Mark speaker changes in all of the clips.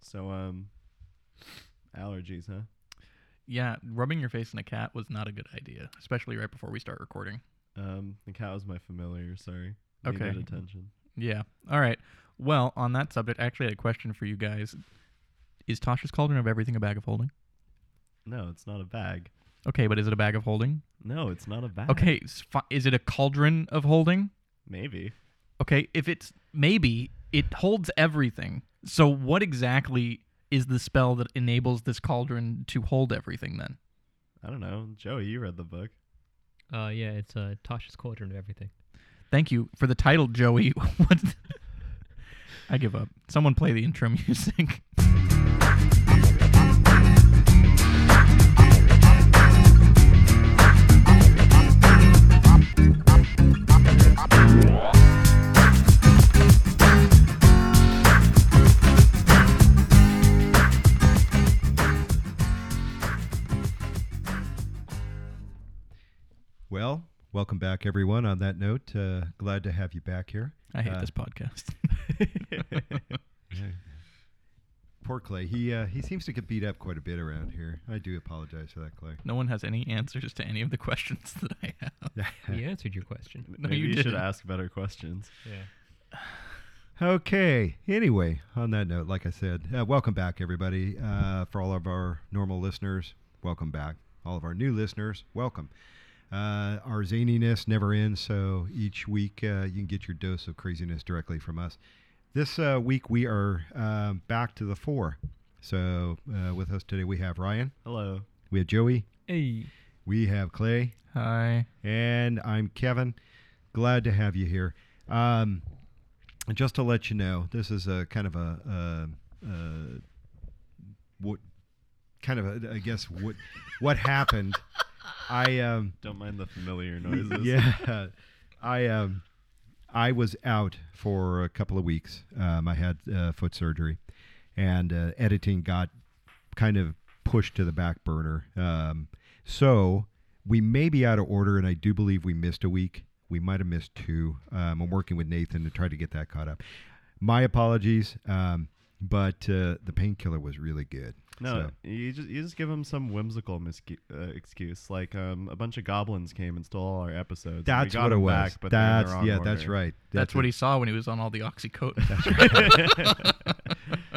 Speaker 1: So um, allergies, huh?
Speaker 2: Yeah, rubbing your face in a cat was not a good idea, especially right before we start recording.
Speaker 1: Um, the cat was my familiar. Sorry.
Speaker 2: Okay.
Speaker 1: Needed attention.
Speaker 2: Yeah. All right. Well, on that subject, I actually had a question for you guys. Is Tasha's Cauldron of Everything a bag of holding?
Speaker 1: No, it's not a bag.
Speaker 2: Okay, but is it a bag of holding?
Speaker 1: No, it's not a bag.
Speaker 2: Okay, s- fi- is it a cauldron of holding?
Speaker 1: Maybe.
Speaker 2: Okay, if it's maybe it holds everything. So what exactly is the spell that enables this cauldron to hold everything then?
Speaker 1: I don't know. Joey, you read the book.
Speaker 3: Uh, yeah, it's uh, Tasha's Cauldron of Everything.
Speaker 2: Thank you for the title, Joey. what? I give up. Someone play the intro music.
Speaker 4: Well, welcome back, everyone. On that note, uh, glad to have you back here.
Speaker 2: I hate
Speaker 4: Uh,
Speaker 2: this podcast.
Speaker 4: Poor Clay. He uh, he seems to get beat up quite a bit around here. I do apologize for that, Clay.
Speaker 2: no one has any answers to any of the questions that I have.
Speaker 3: He answered your question.
Speaker 2: No,
Speaker 1: Maybe
Speaker 2: you
Speaker 1: you, should
Speaker 2: didn't.
Speaker 1: ask better questions.
Speaker 3: Yeah.
Speaker 4: Okay. Anyway, on that note, like I said, uh, welcome back, everybody. Uh, for all of our normal listeners, welcome back. All of our new listeners, welcome. Uh, our zaniness never ends, so each week uh, you can get your dose of craziness directly from us. This uh, week we are um, back to the four. So uh, with us today we have Ryan,
Speaker 1: Hello.
Speaker 4: we have Joey,
Speaker 3: Hey.
Speaker 4: we have Clay,
Speaker 2: Hi.
Speaker 4: and I'm Kevin. Glad to have you here. Um, and just to let you know, this is a kind of a, uh uh what kind of a, I guess what what happened. I um,
Speaker 1: Don't mind the familiar noises.
Speaker 4: yeah, I um, I was out for a couple of weeks. Um, I had uh, foot surgery, and uh, editing got kind of pushed to the back burner. Um, so we may be out of order, and I do believe we missed a week. We might have missed two. Um, I'm working with Nathan to try to get that caught up. My apologies, um, but uh, the painkiller was really good.
Speaker 1: No,
Speaker 4: So-
Speaker 1: you just you just give them some whimsical miscu- uh, excuse, like um, a bunch of goblins came and stole all our episodes. and
Speaker 4: that's
Speaker 1: we got
Speaker 4: what it
Speaker 1: 'em
Speaker 4: was.
Speaker 1: Back, but they're in the
Speaker 4: that's
Speaker 1: wrong
Speaker 4: yeah, that's
Speaker 1: order.
Speaker 4: right.
Speaker 2: That's,
Speaker 4: it.
Speaker 2: what he saw when he was on all the oxycodone.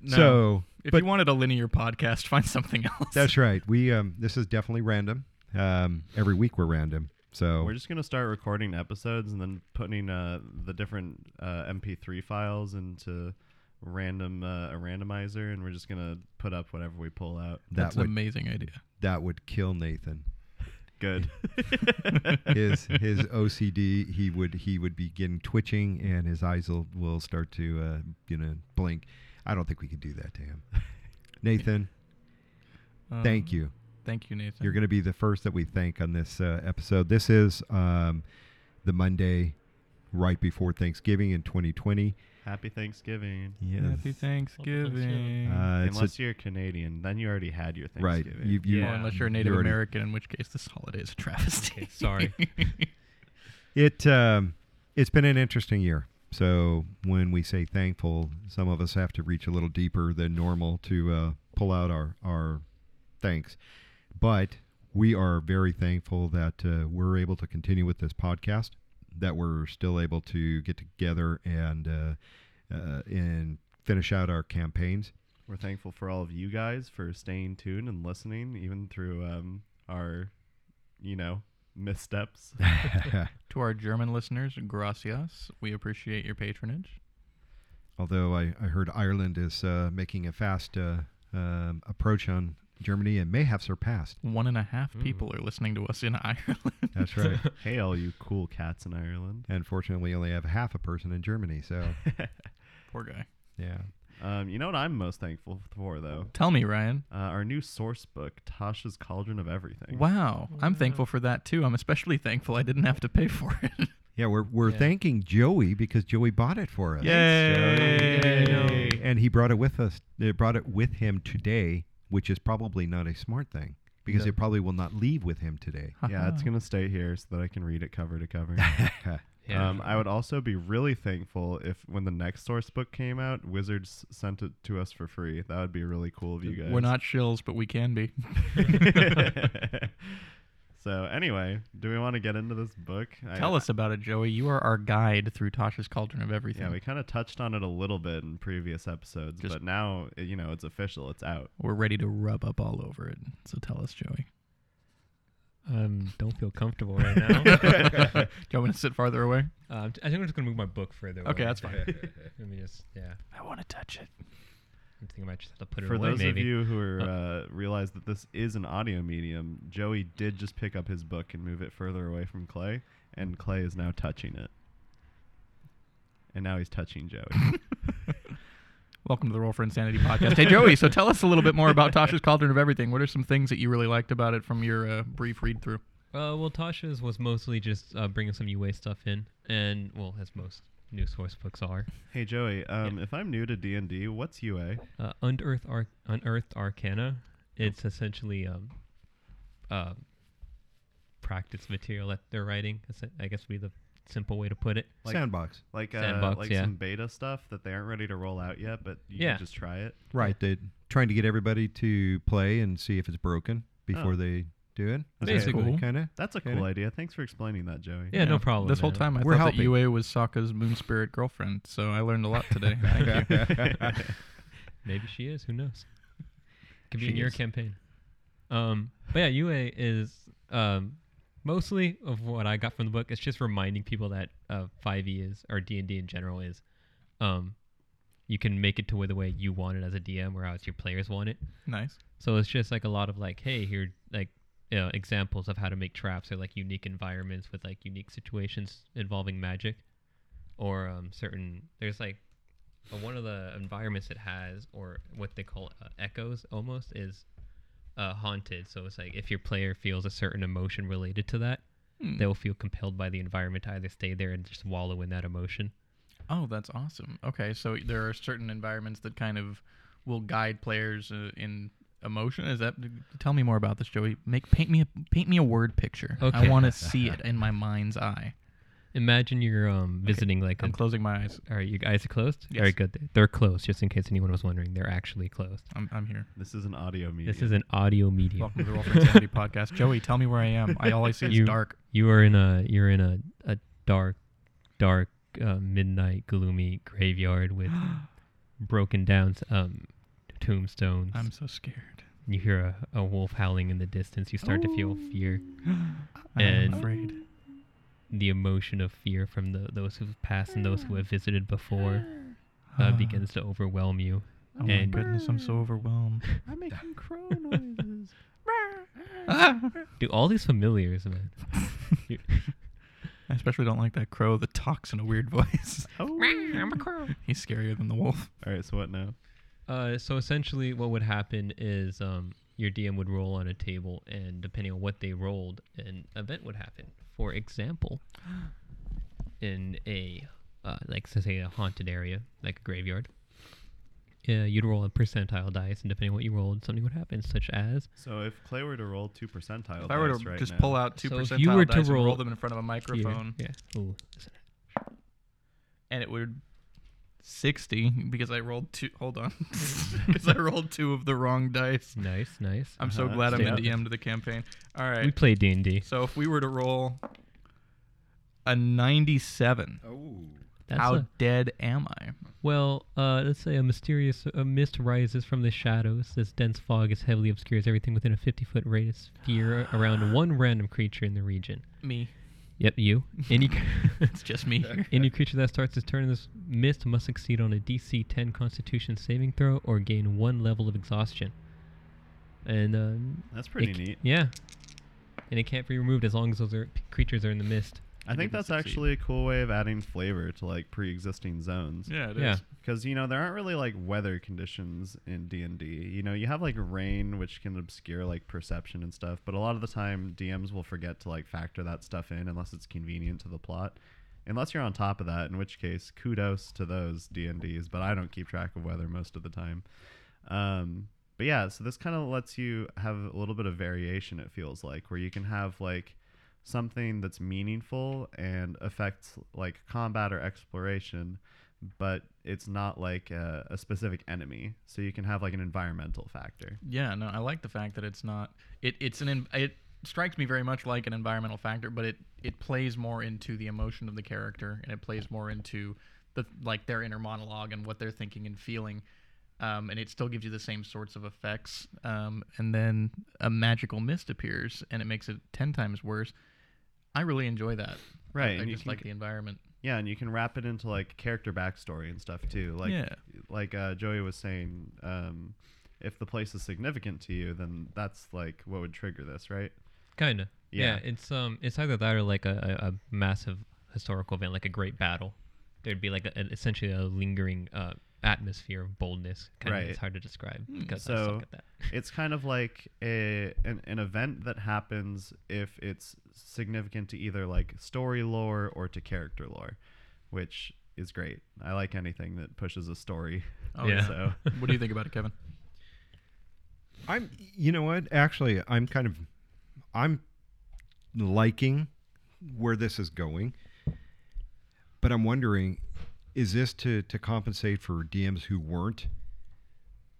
Speaker 2: No.
Speaker 4: So,
Speaker 2: if
Speaker 4: but
Speaker 2: you wanted a linear podcast, find something else.
Speaker 4: That's right. We um, this is definitely random. Um, every week we're random. So
Speaker 1: We're just gonna start recording episodes and then putting uh, the different uh, MP3 files into random uh, a randomizer, and we're just gonna put up whatever we pull out.
Speaker 4: that
Speaker 2: That's an
Speaker 4: would
Speaker 2: amazing idea.
Speaker 4: that would kill Nathan.
Speaker 1: Good.
Speaker 4: His his OCD he would he would begin twitching and his eyes will, will start to uh, you know blink. I don't think we could do that to him. Nathan,
Speaker 2: Um,
Speaker 4: thank you.
Speaker 2: Thank you, Nathan.
Speaker 4: You're going to be the first that we thank on this uh, episode. This is um, the Monday right before Thanksgiving in 2020.
Speaker 1: Happy Thanksgiving.
Speaker 4: Yes.
Speaker 2: Happy Thanksgiving.
Speaker 4: Uh, it's a-
Speaker 1: Unless you're Canadian, then you already had your
Speaker 4: Right.
Speaker 1: Thanksgiving.
Speaker 4: You, you,
Speaker 2: Or
Speaker 3: Yeah.
Speaker 2: unless you're a Native
Speaker 4: you already-
Speaker 2: American, in which case this holiday is a travesty.
Speaker 3: Okay, sorry.
Speaker 4: It um, it's been an interesting year. So when we say thankful, some of us have to reach a little deeper than normal to uh, pull out our our thanks. But we are very thankful that uh, we're able to continue with this podcast, that we're still able to get together and uh, uh, and finish out our campaigns.
Speaker 1: We're thankful for all of you guys for staying tuned and listening, even through um, our, you know, missteps.
Speaker 2: to our German listeners, gracias. We appreciate your patronage.
Speaker 4: Although I, I heard Ireland is uh, making a fast uh, um, approach on Germany and may have surpassed.
Speaker 2: One and a half
Speaker 3: Ooh.
Speaker 2: people are listening to us in Ireland.
Speaker 4: That's right.
Speaker 1: hey, all you cool cats in Ireland.
Speaker 4: And fortunately, we only have half a person in Germany. So,
Speaker 2: Poor guy.
Speaker 4: yeah.
Speaker 1: Um, you know what I'm most thankful for, though?
Speaker 2: Tell me, Ryan.
Speaker 1: Uh, our new source book, Tasha's Cauldron of Everything.
Speaker 2: Wow, I'm thankful for that too. I'm especially thankful I didn't have to pay for it.
Speaker 4: Yeah, we're, we're
Speaker 3: Yeah.
Speaker 4: thanking Joey because Joey bought it for us.
Speaker 2: Yay!
Speaker 4: And he brought it with us, uh, brought it with him today, which is probably not a smart thing because
Speaker 1: No.
Speaker 4: it probably will not leave with him today.
Speaker 1: Yeah, it's going to stay here so that I can read it cover to cover.
Speaker 3: Yeah.
Speaker 1: Um, I would also be really thankful if, when the next source book came out, Wizards sent it to us for free. That would be really cool of you guys.
Speaker 2: We're not shills, but we can be.
Speaker 1: so anyway, do we want to get into this book?
Speaker 2: Tell us about it, Joey. You are our guide through Tasha's Cauldron of Everything.
Speaker 1: Yeah, we kind of touched on it a little bit in previous episodes,
Speaker 2: Just-
Speaker 1: but now you know it's official. It's out.
Speaker 2: We're ready to rub up all over it. So tell us, Joey.
Speaker 3: Um, don't feel comfortable right now. uh,
Speaker 2: Do you want me to sit farther away?
Speaker 3: I'm t- I think I'm just gonna move my book further.
Speaker 2: Okay,
Speaker 3: away.
Speaker 2: that's fine.
Speaker 3: Let me just yeah.
Speaker 2: I want to touch it.
Speaker 3: I'm thinking I might just have to put it
Speaker 1: For
Speaker 3: away.
Speaker 1: those
Speaker 3: maybe.
Speaker 1: of you who are uh, realize that this is an audio medium, Joey did just pick up his book and move it further away from Clay, and Clay is now touching it. And now he's touching Joey.
Speaker 2: Welcome to the Roll for Insanity podcast. Hey, Joey, so tell us a little bit more about Tasha's Cauldron of Everything. What are some things that you really liked about it from your uh, brief read through?
Speaker 3: Uh, well, Tasha's was mostly just uh, bringing some UA stuff in, and well, as most new source books are,
Speaker 1: hey Joey, um, if I'm new to D and D, what's UA?
Speaker 3: uh, Unearthed, Ar- Unearthed Arcana. It's essentially um, uh, practice material that they're writing. is it- I guess would be the simple way to put it.
Speaker 1: Like-
Speaker 4: Sandbox.
Speaker 1: Like uh,
Speaker 3: Sandbox,
Speaker 1: like
Speaker 3: yeah.
Speaker 1: some beta stuff that they aren't ready to roll out yet, but you
Speaker 3: Yeah.
Speaker 1: can just try it.
Speaker 4: Right. They trying to get everybody to play and see if it's broken before they do it.
Speaker 1: That's Basically.
Speaker 2: cool.
Speaker 4: Kind of.
Speaker 1: That's a
Speaker 4: Get
Speaker 1: cool
Speaker 4: it?
Speaker 1: idea. Thanks for explaining that, Joey.
Speaker 3: Yeah, no problem.
Speaker 2: This whole
Speaker 3: man.
Speaker 2: time I
Speaker 4: We're
Speaker 2: thought that
Speaker 4: helping.
Speaker 2: UA was Sokka's moon spirit girlfriend, so I learned a lot today. Thank you.
Speaker 3: Maybe she is. Who knows? Could be
Speaker 4: She
Speaker 3: in your
Speaker 4: is.
Speaker 3: campaign. Um, but yeah, UA is um, mostly of what I got from the book. It's just reminding people that uh, 5e is or D and D in general is. Um, you can make it to where the way you want it as a DM or as your players want it.
Speaker 2: Nice.
Speaker 3: So it's just like a lot of like, hey, here like you know, examples of how to make traps or like unique environments with like unique situations involving magic, or um, certain there's like uh, one of the environments it has or what they call uh, echoes almost is uh, haunted. So it's like if your player feels a certain emotion related to that,
Speaker 2: Hmm.
Speaker 3: they will feel compelled by the environment to either stay there and just wallow in that emotion.
Speaker 2: Oh, that's awesome. Okay, so there are certain environments that kind of will guide players uh, in emotion. Is that? Tell me more about this, Joey. Make paint me a paint me a word picture. I
Speaker 3: Okay.
Speaker 2: want to see it in my mind's eye.
Speaker 3: Imagine you're um, visiting like a
Speaker 2: I'm closing my eyes.
Speaker 3: All right, you guys are closed?
Speaker 2: Yes.
Speaker 3: Very good. They're closed, just in case anyone was wondering. They're actually closed.
Speaker 2: I'm, I'm here.
Speaker 1: This is an audio medium.
Speaker 3: This is an audio medium.
Speaker 2: Welcome to the Roll for Insanity podcast. Joey, tell me where I am. I all I see is
Speaker 3: You-
Speaker 2: dark.
Speaker 3: You are in a you're in a, a dark, dark uh, midnight gloomy graveyard with broken down um, tombstones.
Speaker 2: I'm so scared.
Speaker 3: you hear a, a wolf howling in the distance. You start to feel
Speaker 2: Oh.
Speaker 3: fear,
Speaker 2: I'm
Speaker 3: And-
Speaker 2: afraid.
Speaker 3: the emotion of fear from the, those who've passed and those who have visited before
Speaker 2: Ah.
Speaker 3: uh, begins to overwhelm you.
Speaker 2: Oh my
Speaker 3: and-
Speaker 2: goodness, I'm so overwhelmed.
Speaker 1: I'm making crow noises.
Speaker 3: Do all these familiars, man? You-
Speaker 2: I especially don't like that crow that talks in a weird voice.
Speaker 1: Oh.
Speaker 2: He's scarier than the wolf.
Speaker 1: All right, so what now?
Speaker 3: Uh, so essentially, what would happen is um, your DM would roll on a table, and depending on what they rolled, an event would happen. For example, in a uh, like so say a haunted area, like a graveyard, yeah, you'd roll a percentile dice, and depending on what you rolled, something would happen, such as
Speaker 1: So if Clay were to roll two percentile
Speaker 2: If I were
Speaker 1: dice
Speaker 2: to
Speaker 1: Oh, right
Speaker 2: just
Speaker 1: now-
Speaker 2: pull out two
Speaker 3: So if
Speaker 2: percentile
Speaker 3: you were to
Speaker 2: dice and roll
Speaker 3: roll
Speaker 2: them in front of a
Speaker 3: here-
Speaker 2: microphone,
Speaker 3: Yeah. Ooh, listen.
Speaker 2: and it would sixty because I rolled two. Hold on, because I rolled two of the wrong dice.
Speaker 3: nice, nice.
Speaker 2: I'm so
Speaker 1: Uh-huh.
Speaker 2: glad I'm
Speaker 3: Stay
Speaker 2: in
Speaker 3: up.
Speaker 2: DM to the campaign. All
Speaker 3: We
Speaker 2: right,
Speaker 3: play D and D.
Speaker 2: so if we were to roll a ninety-seven,
Speaker 4: Oh.
Speaker 3: That's
Speaker 2: how
Speaker 3: a-
Speaker 2: dead am I?
Speaker 3: Well, uh, let's say a mysterious a mist rises from the shadows. This dense fog is heavily obscures everything within a 50-foot radius sphere around one random creature in the region.
Speaker 2: Me.
Speaker 3: Yep, you. Any
Speaker 2: It's just me.
Speaker 3: any creature that starts its turn in this mist must succeed on a DC 10 Constitution saving throw or gain one level of exhaustion. And um,
Speaker 1: That's
Speaker 3: it
Speaker 1: pretty
Speaker 3: c-
Speaker 1: neat.
Speaker 3: Yeah, and it can't be removed as long as those are, creatures are in the mist.
Speaker 1: I think
Speaker 2: didn't
Speaker 1: that's
Speaker 2: succeed.
Speaker 1: actually a cool way of adding flavor to like pre-existing zones.
Speaker 2: Yeah, it is.
Speaker 3: Yeah.
Speaker 1: Because you know there aren't really like weather conditions in D and D. You know you have like rain, which can obscure like perception and stuff. But a lot of the time, DMs will forget to like factor that stuff in unless it's convenient to the plot. Unless you're on top of that, in which case, kudos to those D and Ds. But I don't keep track of weather most of the time. Um, but yeah, so this kind of lets you have a little bit of variation. It feels like where you can have like something that's meaningful and affects like combat or exploration, but it's not like a, a specific enemy. So you can have like an environmental factor.
Speaker 2: Yeah, no, I like the fact that it's not. It it's an en- it strikes me very much like an environmental factor, but it it plays more into the emotion of the character, and it plays more into the like their inner monologue and what they're thinking and feeling. Um, and it still gives you the same sorts of effects. Um, and then a magical mist appears, and it makes it ten times worse. I really enjoy that.
Speaker 1: Right,
Speaker 2: I, I
Speaker 1: and you
Speaker 2: just
Speaker 1: can
Speaker 2: like
Speaker 1: c-
Speaker 2: the environment.
Speaker 1: Yeah, and you can wrap it into like character backstory and stuff too. Like
Speaker 2: Yeah.
Speaker 1: like uh, Joey was saying, um, if the place is significant to you, then that's like what would trigger this, right?
Speaker 3: Kind of.
Speaker 1: Yeah.
Speaker 3: Yeah. It's um, it's either that or like a, a, a massive historical event, like a great battle. There'd be like a, an- essentially a lingering uh, atmosphere of boldness. Kind
Speaker 1: Right. Hmm,
Speaker 3: of, it's hard to describe because I
Speaker 1: So-
Speaker 3: suck at that.
Speaker 1: it's kind of like a an, an event that happens if it's significant to either like story lore or to character lore, which is great. I like anything that pushes a story.
Speaker 2: Oh,
Speaker 3: Yeah.
Speaker 1: So
Speaker 2: what do you think about it, Kevin?
Speaker 4: I'm you know what? Actually, I'm kind of I'm liking where this is going. But I'm wondering is this to to compensate for DMs who weren't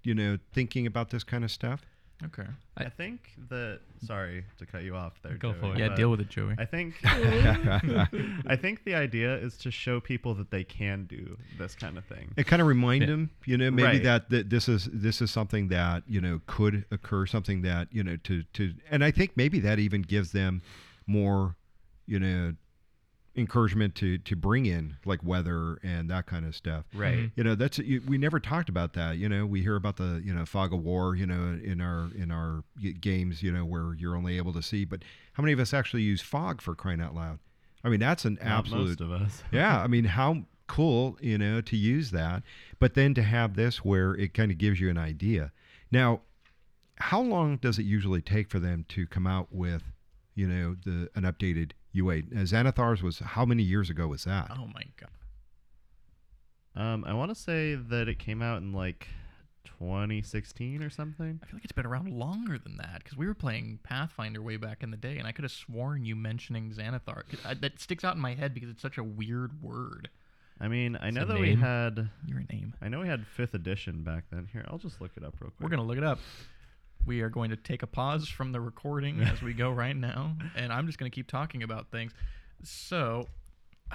Speaker 4: you know thinking about this kind of stuff?
Speaker 2: Okay.
Speaker 1: I,
Speaker 3: I-
Speaker 1: think that sorry to cut you off there.
Speaker 3: Go
Speaker 1: Joey,
Speaker 3: for it.
Speaker 2: Yeah,
Speaker 1: but
Speaker 2: deal with it, Joey.
Speaker 1: I think
Speaker 4: it
Speaker 1: I think the idea is to show people that they can do this kind of thing.
Speaker 4: kind of remind
Speaker 3: Yeah.
Speaker 4: them, you know, maybe
Speaker 1: Right.
Speaker 4: that, that this is this is something that, you know, could occur, something that, you know, to to and I think maybe that even gives them more, you know, encouragement to to bring in like weather and that kind of stuff.
Speaker 1: Right.
Speaker 4: you know that's you, we never talked about that you know we hear about the you know fog of war you know in our in our y- games you know where you're only able to see but how many of us actually use fog for crying out loud i mean that's an
Speaker 2: Mm-hmm.
Speaker 1: Not
Speaker 4: absolute
Speaker 1: Most of us.
Speaker 4: yeah i mean how cool you know to use that but then to have this where it kind of gives you an idea now how long does it usually take for them to come out with you know the an updated ua xanathars was how many years ago was that
Speaker 2: Oh my god.
Speaker 1: Um, I want to say that it came out in like 2016 or something.
Speaker 2: I feel like it's been around longer than that because we were playing Pathfinder way back in the day, and I could have sworn you mentioning Xanathar. 'Cause I, that sticks out in my head because it's such a weird word.
Speaker 1: I mean, I know
Speaker 3: a
Speaker 1: that we
Speaker 3: name.
Speaker 1: had
Speaker 2: Your name.
Speaker 1: I know we had fifth edition back then. Here, I'll just look it up real quick.
Speaker 2: We're gonna look it up. We are going to take a pause from the recording as we go right now, and I'm just gonna keep talking about things. So,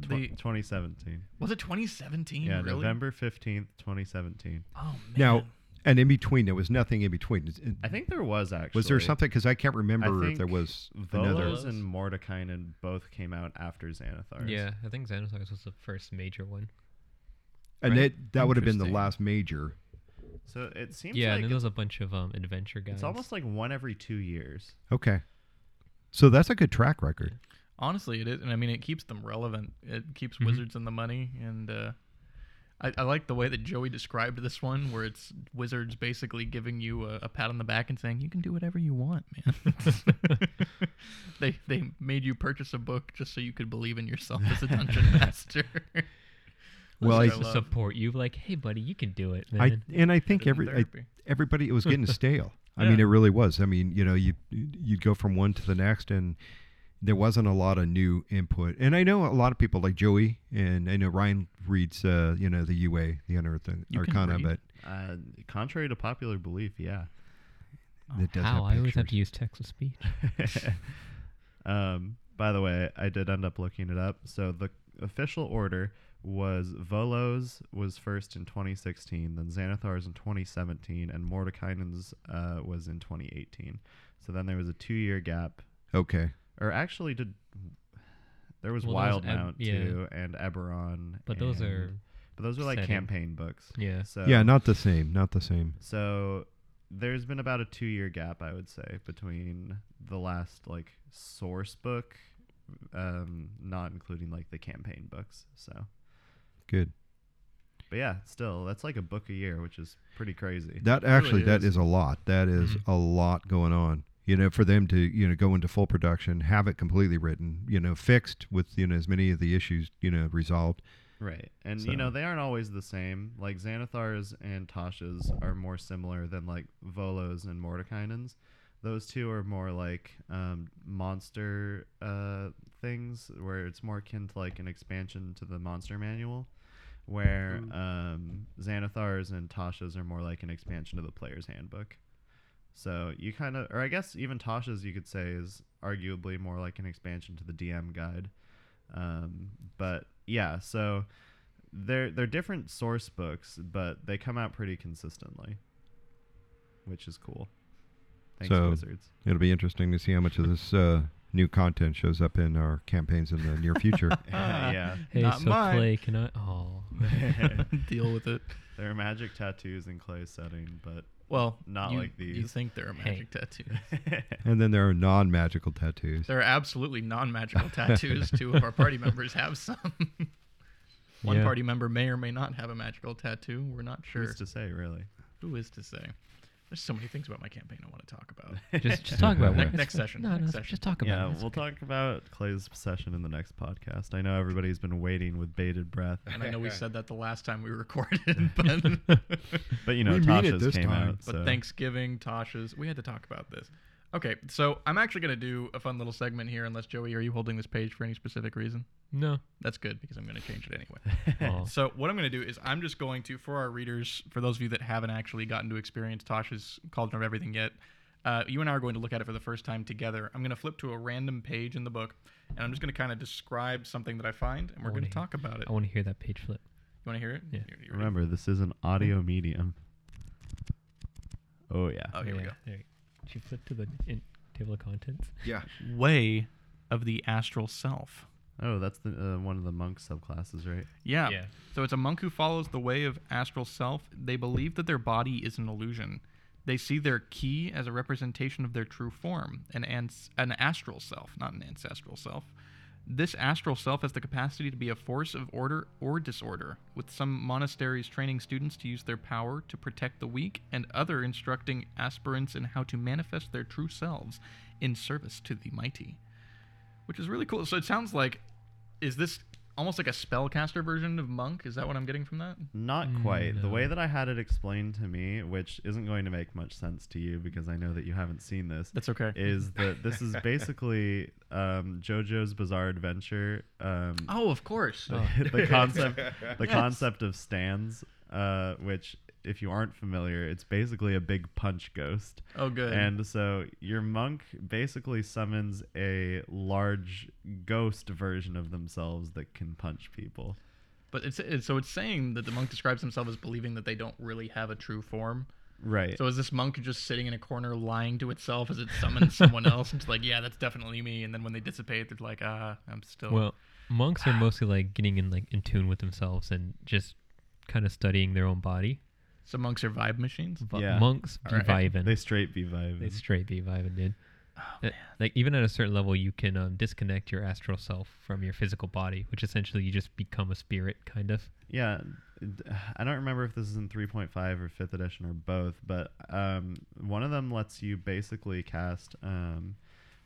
Speaker 1: Tw-
Speaker 2: the
Speaker 1: 2017.
Speaker 2: was it 2017?
Speaker 1: Yeah,
Speaker 2: really?
Speaker 1: November 15th, 2017.
Speaker 2: Oh man.
Speaker 4: Now, and in between, there was nothing in between. Is-
Speaker 1: I think there was actually.
Speaker 4: Mm-hmm. was there something? Because I can't
Speaker 1: I
Speaker 4: remember
Speaker 1: think
Speaker 4: if there was another.
Speaker 1: Volos and Mordekainen both came out after Xanathar.
Speaker 3: Yeah, I think Xanathars was the first major one.
Speaker 4: And
Speaker 2: right?
Speaker 4: it, that would have been the
Speaker 2: Interesting.
Speaker 4: last major.
Speaker 1: So it seems
Speaker 3: yeah,
Speaker 1: like
Speaker 3: and then
Speaker 1: it's,
Speaker 3: there's a bunch of um adventure guys.
Speaker 1: it's almost like one every two years.
Speaker 4: Okay. So that's a good track record.
Speaker 2: Honestly, it is, and I mean, it keeps them relevant. It keeps
Speaker 1: Mm-hmm.
Speaker 2: wizards in the money, and uh, I, I like the way that Joey described this one, where it's wizards basically giving you a, a pat on the back and saying you can do whatever you want, man. they they made you purchase a book just so you could believe in yourself as a dungeon master.
Speaker 4: Well,
Speaker 2: That's
Speaker 4: I-
Speaker 2: what
Speaker 3: to
Speaker 2: love.
Speaker 3: support you. Like, hey, buddy, you can do it, man.
Speaker 4: I and I think
Speaker 2: Did it in
Speaker 4: every I,
Speaker 2: therapy.
Speaker 4: everybody it was getting stale. I
Speaker 2: Yeah.
Speaker 4: mean, it really was. I mean, you know, you you'd go from one to the next, and there wasn't a lot of new input. And I know a lot of people like Joey, and I know Ryan reads, uh, you know, the UA, the Unearthed
Speaker 2: You can
Speaker 4: Arcana,
Speaker 2: read?
Speaker 4: but
Speaker 1: Uh, contrary to popular belief, yeah.
Speaker 4: it does
Speaker 3: How
Speaker 4: have
Speaker 3: Oh, I always have
Speaker 4: pictures.
Speaker 3: to use text to speech.
Speaker 1: um, by the way, I did end up looking it up. So the official order was Volos was first in 2016, then Xanathar's in 2017, and Mordekainen's uh, was in 2018. So then there was a two-year gap,
Speaker 4: Okay.
Speaker 1: or actually, did there was
Speaker 3: Well, there was
Speaker 1: Wild
Speaker 3: Ab-
Speaker 1: Mount
Speaker 3: yeah.
Speaker 1: too, and Eberron.
Speaker 3: But those
Speaker 1: and-
Speaker 3: are
Speaker 1: but those were like
Speaker 3: setting.
Speaker 1: campaign books.
Speaker 3: yeah.
Speaker 1: So
Speaker 4: Yeah, not the same. Not the same.
Speaker 1: so there's been about a two year gap, I would say, between the last like source book, um, not including like the campaign books. So,
Speaker 4: Good.
Speaker 1: but yeah, still that's like a book a year, which is pretty crazy.
Speaker 4: That actually, that
Speaker 2: is.
Speaker 4: is a lot. That is a lot going on. You know, for them to you know go into full production, have it completely written, you know, fixed with you know as many of the issues you know resolved.
Speaker 1: Right, and you know
Speaker 4: So-
Speaker 1: they aren't always the same. Like Xanathar's and Tasha's are more similar than like Volo's and Mordekainen's, Those two are more like um, monster uh, things, where it's more akin to like an expansion to the monster manual, where um, Xanathar's and Tasha's are more like an expansion to the player's handbook. So you kind of, or I guess even Tasha's, you could say, is arguably more like an expansion to the DM guide. Um, but yeah, so they're they're different source books, but they come out pretty consistently, which is cool. Thanks,
Speaker 4: So-
Speaker 1: Wizards.
Speaker 4: It'll be interesting to see how much of this uh, new content shows up in our campaigns in the near future.
Speaker 1: yeah,
Speaker 3: Hey,
Speaker 2: Not
Speaker 3: so
Speaker 2: mine.
Speaker 3: Clay, can I? Oh,
Speaker 2: Deal with it.
Speaker 1: there are magic tattoos in Clay's setting, but
Speaker 2: Well,
Speaker 1: Not
Speaker 2: you-
Speaker 1: like
Speaker 2: You
Speaker 1: these.
Speaker 2: think they're a
Speaker 3: Hey.
Speaker 2: magic tattoo?
Speaker 4: and then there are non-magical tattoos.
Speaker 2: There are absolutely non-magical tattoos. Two of our party members have some. One
Speaker 3: Yeah.
Speaker 2: party member may or may not have a magical tattoo. We're not sure.
Speaker 1: who's to say, really?
Speaker 2: Who is to say? There's so many things about my campaign I want to talk about.
Speaker 3: just just talk about
Speaker 2: Ne-
Speaker 3: it.
Speaker 2: next session,
Speaker 3: No, no,
Speaker 2: next session.
Speaker 3: just talk about
Speaker 1: yeah,
Speaker 3: it. It's
Speaker 1: we'll
Speaker 3: okay.
Speaker 1: talk about Clay's session in the next podcast. I know everybody's been waiting with bated breath,
Speaker 2: And I know we said that the last time we recorded, but,
Speaker 1: but you know,
Speaker 4: We mean it
Speaker 1: Tasha's
Speaker 4: this
Speaker 1: came
Speaker 4: time.
Speaker 1: out.
Speaker 2: but
Speaker 1: so.
Speaker 2: Thanksgiving, Tasha's, we had to talk about this. Okay, so I'm actually going to do a fun little segment here, unless Joey, are you holding this page for any specific reason?
Speaker 3: No.
Speaker 2: That's good because I'm going to change it anyway.
Speaker 3: Oh.
Speaker 2: So what I'm going to do is I'm just going to, for our readers, for those of you that haven't actually gotten to experience Tasha's Cauldron of Everything yet, uh, you and I are going to look at it for the first time together. I'm going to flip to a random page in the book, and I'm just going to kind of describe something that I find, and we're going
Speaker 3: wanna
Speaker 2: to talk about it.
Speaker 3: I
Speaker 2: You
Speaker 3: want to hear that page flip.
Speaker 2: want to hear it?
Speaker 3: Yeah.
Speaker 2: You- you ready?
Speaker 1: Remember, this is an audio medium. Oh yeah.
Speaker 2: Oh, here
Speaker 3: yeah,
Speaker 2: we go.
Speaker 3: There you go. She flipped to the in, table of contents.
Speaker 4: Yeah.
Speaker 2: Way of the Astral Self.
Speaker 1: Oh, that's the uh, one of the monk subclasses, right?
Speaker 2: Yeah.
Speaker 3: Yeah.
Speaker 2: So it's a monk who follows the way of astral self. They believe that their body is an illusion. They see their key as a representation of their true form, an ans- an astral self, not an ancestral self. This astral self has the capacity to be a force of order or disorder, with some monasteries training students to use their power to protect the weak, and other instructing aspirants in how to manifest their true selves in service to the mighty. Which is really cool. So it sounds like is this almost like a spellcaster version of monk? Is that what I'm getting from that?
Speaker 1: Not
Speaker 3: Mm,
Speaker 1: quite. The way
Speaker 3: no.
Speaker 1: that I had it explained to me, which isn't going to make much sense to you because I know that you haven't seen this,
Speaker 2: That's okay.
Speaker 1: is that this is basically um, JoJo's Bizarre Adventure. Um,
Speaker 2: oh, of course.
Speaker 1: the concept, the
Speaker 2: Yes.
Speaker 1: concept of stands, uh, which if you aren't familiar, it's basically a big punch ghost.
Speaker 2: Oh, good.
Speaker 1: And so your monk basically summons a large ghost version of themselves that can punch people.
Speaker 2: but it's, it's so it's saying that the monk describes himself as believing that they don't really have a true form.
Speaker 1: Right.
Speaker 2: So is this monk just sitting in a corner lying to itself as it summons someone else? It's like, yeah, that's definitely me. And then when they dissipate, they're like, ah, I'm still.
Speaker 3: Well, monks
Speaker 2: Ah.
Speaker 3: are mostly like getting in like in tune with themselves and just kind of studying their own body.
Speaker 2: so monks are vibe machines.
Speaker 3: But
Speaker 1: Yeah.
Speaker 3: monks be
Speaker 2: Alright. Oh,
Speaker 3: vibing.
Speaker 1: they straight be vibing.
Speaker 3: They straight be vibing, dude. Uh, Like even at a certain level, you can um, disconnect your astral self from your physical body, which essentially you just become a spirit, kind of.
Speaker 1: Yeah, d- I don't remember if this is in 3.5 or 5th edition or both, but um, one of them lets you basically cast um,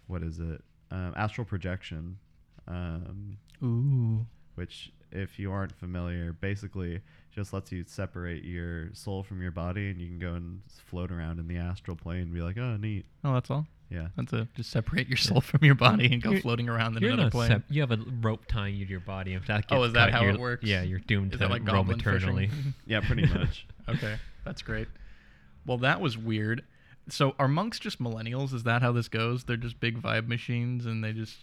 Speaker 1: what is it? Um, astral projection, um,
Speaker 2: Ooh.
Speaker 1: which, if you aren't familiar, basically just lets you separate your soul from your body and you can go and s- float around in the astral plane and be like, oh, neat.
Speaker 2: Oh, that's all.
Speaker 1: Yeah.
Speaker 2: That's a just separate your soul from your body and go
Speaker 3: You're-
Speaker 2: floating around in
Speaker 3: You're
Speaker 2: another
Speaker 3: not
Speaker 2: plane.
Speaker 3: sep- you have a l- rope tying you to your body. If that gets
Speaker 2: Oh, is that
Speaker 3: cut,
Speaker 2: how it
Speaker 3: you're-
Speaker 2: works?
Speaker 3: Yeah, you're doomed
Speaker 2: Is
Speaker 3: to
Speaker 2: that like
Speaker 3: roam
Speaker 2: goblin
Speaker 3: eternally.
Speaker 2: fishing?
Speaker 1: Yeah, pretty much.
Speaker 2: Okay, that's great. Well, that was weird. So are monks just millennials? Is that how this goes? They're just big vibe machines, and they just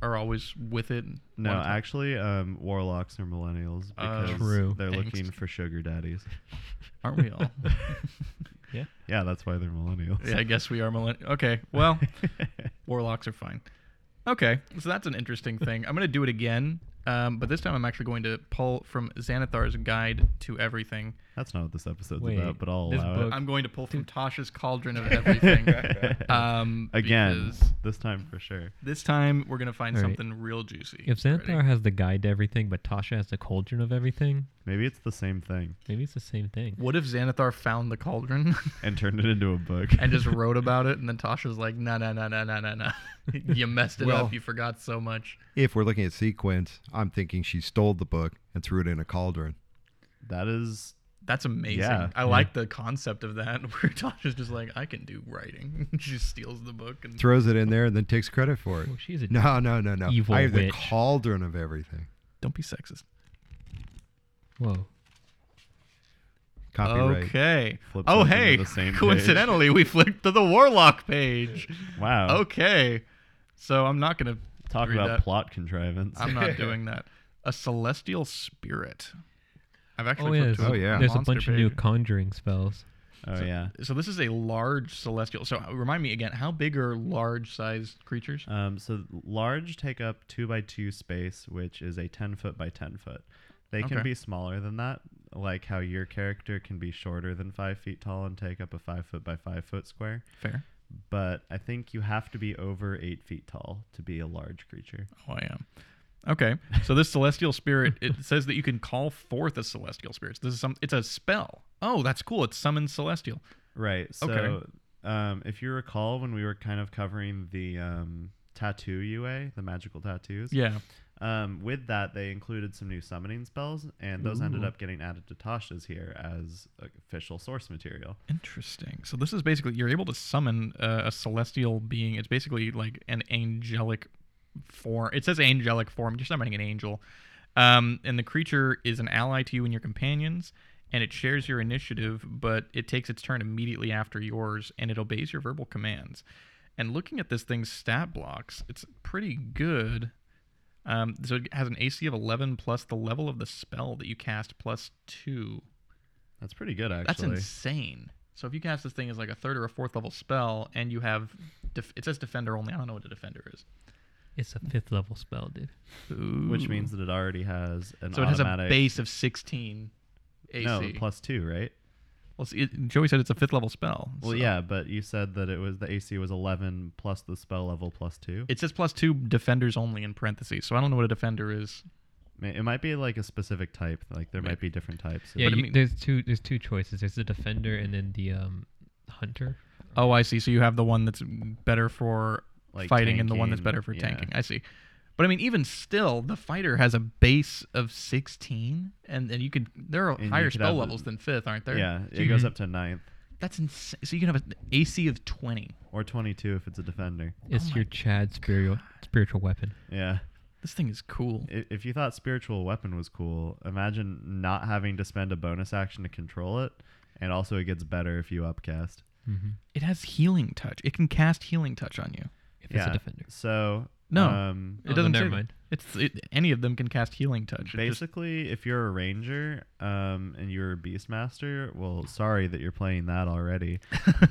Speaker 2: are always with it. and
Speaker 1: No,
Speaker 2: wanna talk-
Speaker 1: actually, um, warlocks are millennials
Speaker 2: Uh,
Speaker 1: because
Speaker 3: True.
Speaker 1: they're
Speaker 2: Angst.
Speaker 1: looking for sugar daddies.
Speaker 2: aren't we all?
Speaker 3: yeah.
Speaker 1: Yeah, that's why they're millennials.
Speaker 2: yeah, I guess we are millennials. Okay, well, warlocks are fine. Okay, so that's an interesting thing. I'm gonna do it again, um, but this time I'm actually going to pull from Xanathar's Guide to Everything.
Speaker 1: That's not what this episode's
Speaker 3: Wait,
Speaker 1: about, but I'll
Speaker 3: this
Speaker 1: allow
Speaker 3: book-
Speaker 2: I'm going to pull from Tasha's Cauldron of Everything.
Speaker 1: it.
Speaker 2: Um,
Speaker 1: Again,
Speaker 2: because
Speaker 1: this time for sure.
Speaker 2: This time we're gonna find
Speaker 3: All right.
Speaker 2: something real juicy.
Speaker 3: If Xanthar has the guide to everything, but Tasha has the cauldron of everything,
Speaker 1: Maybe it's the same thing
Speaker 3: maybe it's the same thing.
Speaker 2: What if Xanathar found the cauldron
Speaker 1: and turned it into a book.
Speaker 2: and just wrote about it, and then Tasha was like, "No, no, no, no, no, no, no, you messed it
Speaker 4: Well-
Speaker 2: up. You forgot so much."
Speaker 4: If we're looking at sequence, I'm thinking she stole the book and threw it in a cauldron.
Speaker 1: that is
Speaker 2: That's amazing.
Speaker 1: Yeah,
Speaker 2: I like the concept of that where Tasha's just like, I can do writing. she just steals the book and
Speaker 4: Throws it in there and then takes credit for it.
Speaker 3: Well, she's a
Speaker 4: No, no, no, no.
Speaker 3: Evil
Speaker 4: I have
Speaker 3: witch.
Speaker 4: the cauldron of everything.
Speaker 2: don't be sexist.
Speaker 3: whoa.
Speaker 4: Copyright.
Speaker 2: Okay.
Speaker 1: Flips
Speaker 2: oh
Speaker 1: open to
Speaker 2: hey.
Speaker 1: the same page.
Speaker 2: Coincidentally, we flipped to the warlock page.
Speaker 1: Wow.
Speaker 2: Okay. So I'm not gonna
Speaker 1: Talk
Speaker 2: Oh, read
Speaker 1: about
Speaker 2: that.
Speaker 1: plot contrivance.
Speaker 2: I'm not doing that. A celestial spirit. I've
Speaker 3: Oh
Speaker 2: actually
Speaker 3: yeah.
Speaker 2: flipped to
Speaker 4: Oh, yeah.
Speaker 3: There's a
Speaker 2: monster
Speaker 3: bunch of new
Speaker 2: page.
Speaker 3: conjuring spells.
Speaker 1: oh yeah.
Speaker 2: So this is a large celestial. So remind me again, how big are large sized creatures?
Speaker 1: Um, so large take up two by two space, which is a ten foot by ten foot. They can
Speaker 2: Okay.
Speaker 1: be smaller than that, like how your character can be shorter than five feet tall and take up a five foot by five foot square.
Speaker 2: Fair.
Speaker 1: But I think you have to be over eight feet tall to be a large creature.
Speaker 2: Oh, I am. Okay. So this celestial spirit, it says that you can call forth a celestial spirit. This is some. It's a spell. Oh, that's cool. It's summon celestial.
Speaker 1: Right. So
Speaker 2: Okay.
Speaker 1: um, if you recall when we were kind of covering the um, tattoo UA, the magical tattoos.
Speaker 2: Yeah.
Speaker 1: Um, with that, they included some new summoning spells, and those ended
Speaker 3: Ooh.
Speaker 1: up getting added to Tasha's here as official source material.
Speaker 2: Interesting. So this is basically you're able to summon uh, a celestial being. It's basically like an angelic form. It says angelic form. You're summoning an angel, um, and the creature is an ally to you and your companions, and it shares your initiative, but it takes its turn immediately after yours, and it obeys your verbal commands. And looking at this thing's stat blocks, it's pretty good. Um, so it has an AC of 11 plus the level of the spell that you cast plus two.
Speaker 1: That's pretty good,
Speaker 2: That's
Speaker 1: actually.
Speaker 2: insane. So if you cast this thing as like a third or a fourth level spell, and you have, def- it says defender only. I don't know what a defender is.
Speaker 3: It's a fifth level spell, dude.
Speaker 1: which means that it already has an
Speaker 2: so it has a
Speaker 1: automatic
Speaker 2: base of sixteen AC.
Speaker 1: no plus two, right?
Speaker 2: well, see, it- Joey said it's a fifth level spell.
Speaker 1: Well,
Speaker 2: so-
Speaker 1: yeah, but you said that it was the AC was eleven plus the spell level plus two. It,
Speaker 2: It says plus two defenders only in parentheses. So I don't know what a defender is.
Speaker 1: it might be like a specific type. Like there
Speaker 2: May-
Speaker 1: might be different types. of-
Speaker 3: Yeah,
Speaker 2: But I
Speaker 3: you,
Speaker 2: mean-
Speaker 3: there's two. There's two choices. There's the defender and then the um, hunter.
Speaker 2: Oh, I see. So you have the one that's better for
Speaker 1: Like
Speaker 2: fighting and the one that's
Speaker 1: tanking,
Speaker 2: better for
Speaker 1: yeah.
Speaker 2: tanking. I see. But I mean, even still, the fighter has a base of sixteen, and and you could there are
Speaker 1: And you
Speaker 2: higher
Speaker 1: could
Speaker 2: spell
Speaker 1: have the-
Speaker 2: levels than fifth, aren't there? Mm-hmm.
Speaker 1: yeah,
Speaker 2: So
Speaker 1: it
Speaker 2: you
Speaker 1: goes up to ninth
Speaker 2: That's insane. So you can have an AC of 20.
Speaker 1: or twenty-two if it's a defender.
Speaker 3: It's
Speaker 2: my
Speaker 3: your Chad spiritual spiritual weapon.
Speaker 1: Yeah.
Speaker 2: This thing is cool.
Speaker 1: I- if you thought spiritual weapon was cool, imagine not having to spend a bonus action to control it, and also it gets better if you upcast.
Speaker 3: Mm-hmm.
Speaker 2: It has healing touch. It can cast healing touch on you.
Speaker 3: If it's a defender.
Speaker 1: So
Speaker 2: No.
Speaker 1: um,
Speaker 2: It
Speaker 3: Oh,
Speaker 2: doesn't
Speaker 3: never
Speaker 2: say-
Speaker 3: mind.
Speaker 2: It's it, any of them can cast healing touch. It just-
Speaker 1: basically, if you're a ranger um, and you're a beastmaster, well, sorry that you're playing that already,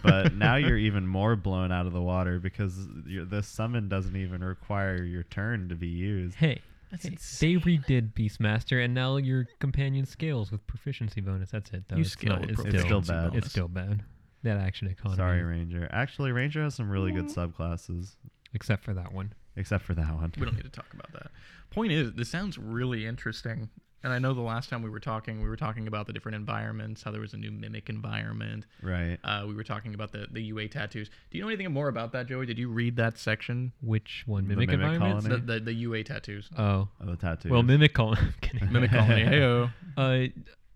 Speaker 1: but now you're even more blown out of the water because you this summon doesn't even require your turn to be used.
Speaker 3: Hey,
Speaker 2: That's
Speaker 3: hey,
Speaker 2: insane.
Speaker 3: they redid Beastmaster, and now your companion scales with proficiency bonus. That's it. Though.
Speaker 2: You
Speaker 3: it's
Speaker 2: scale
Speaker 3: not-
Speaker 2: with
Speaker 3: it's
Speaker 1: proficiency
Speaker 3: still,
Speaker 1: It's still bad.
Speaker 2: bonus.
Speaker 3: It's still bad. That action economy.
Speaker 1: Sorry, ranger. Actually, ranger has some really good subclasses,
Speaker 3: Except for that one.
Speaker 1: except for that one.
Speaker 2: we don't need to talk about that. Point is, this sounds really interesting. And I know the last time we were talking, we were talking about the different environments, how there was a new mimic environment.
Speaker 1: Right.
Speaker 2: Uh, we were talking about the, the UA tattoos. Do you know anything more about that, Joey? Did you read that section?
Speaker 3: Which one?
Speaker 1: The
Speaker 3: Mimic,
Speaker 1: mimic
Speaker 3: environment.
Speaker 1: colony?
Speaker 2: The, the, the UA tattoos.
Speaker 3: Oh,
Speaker 1: Oh, the tattoo.
Speaker 3: well, mimic colony. I'm kidding.
Speaker 2: Mimic colony. Heyo.
Speaker 3: Uh,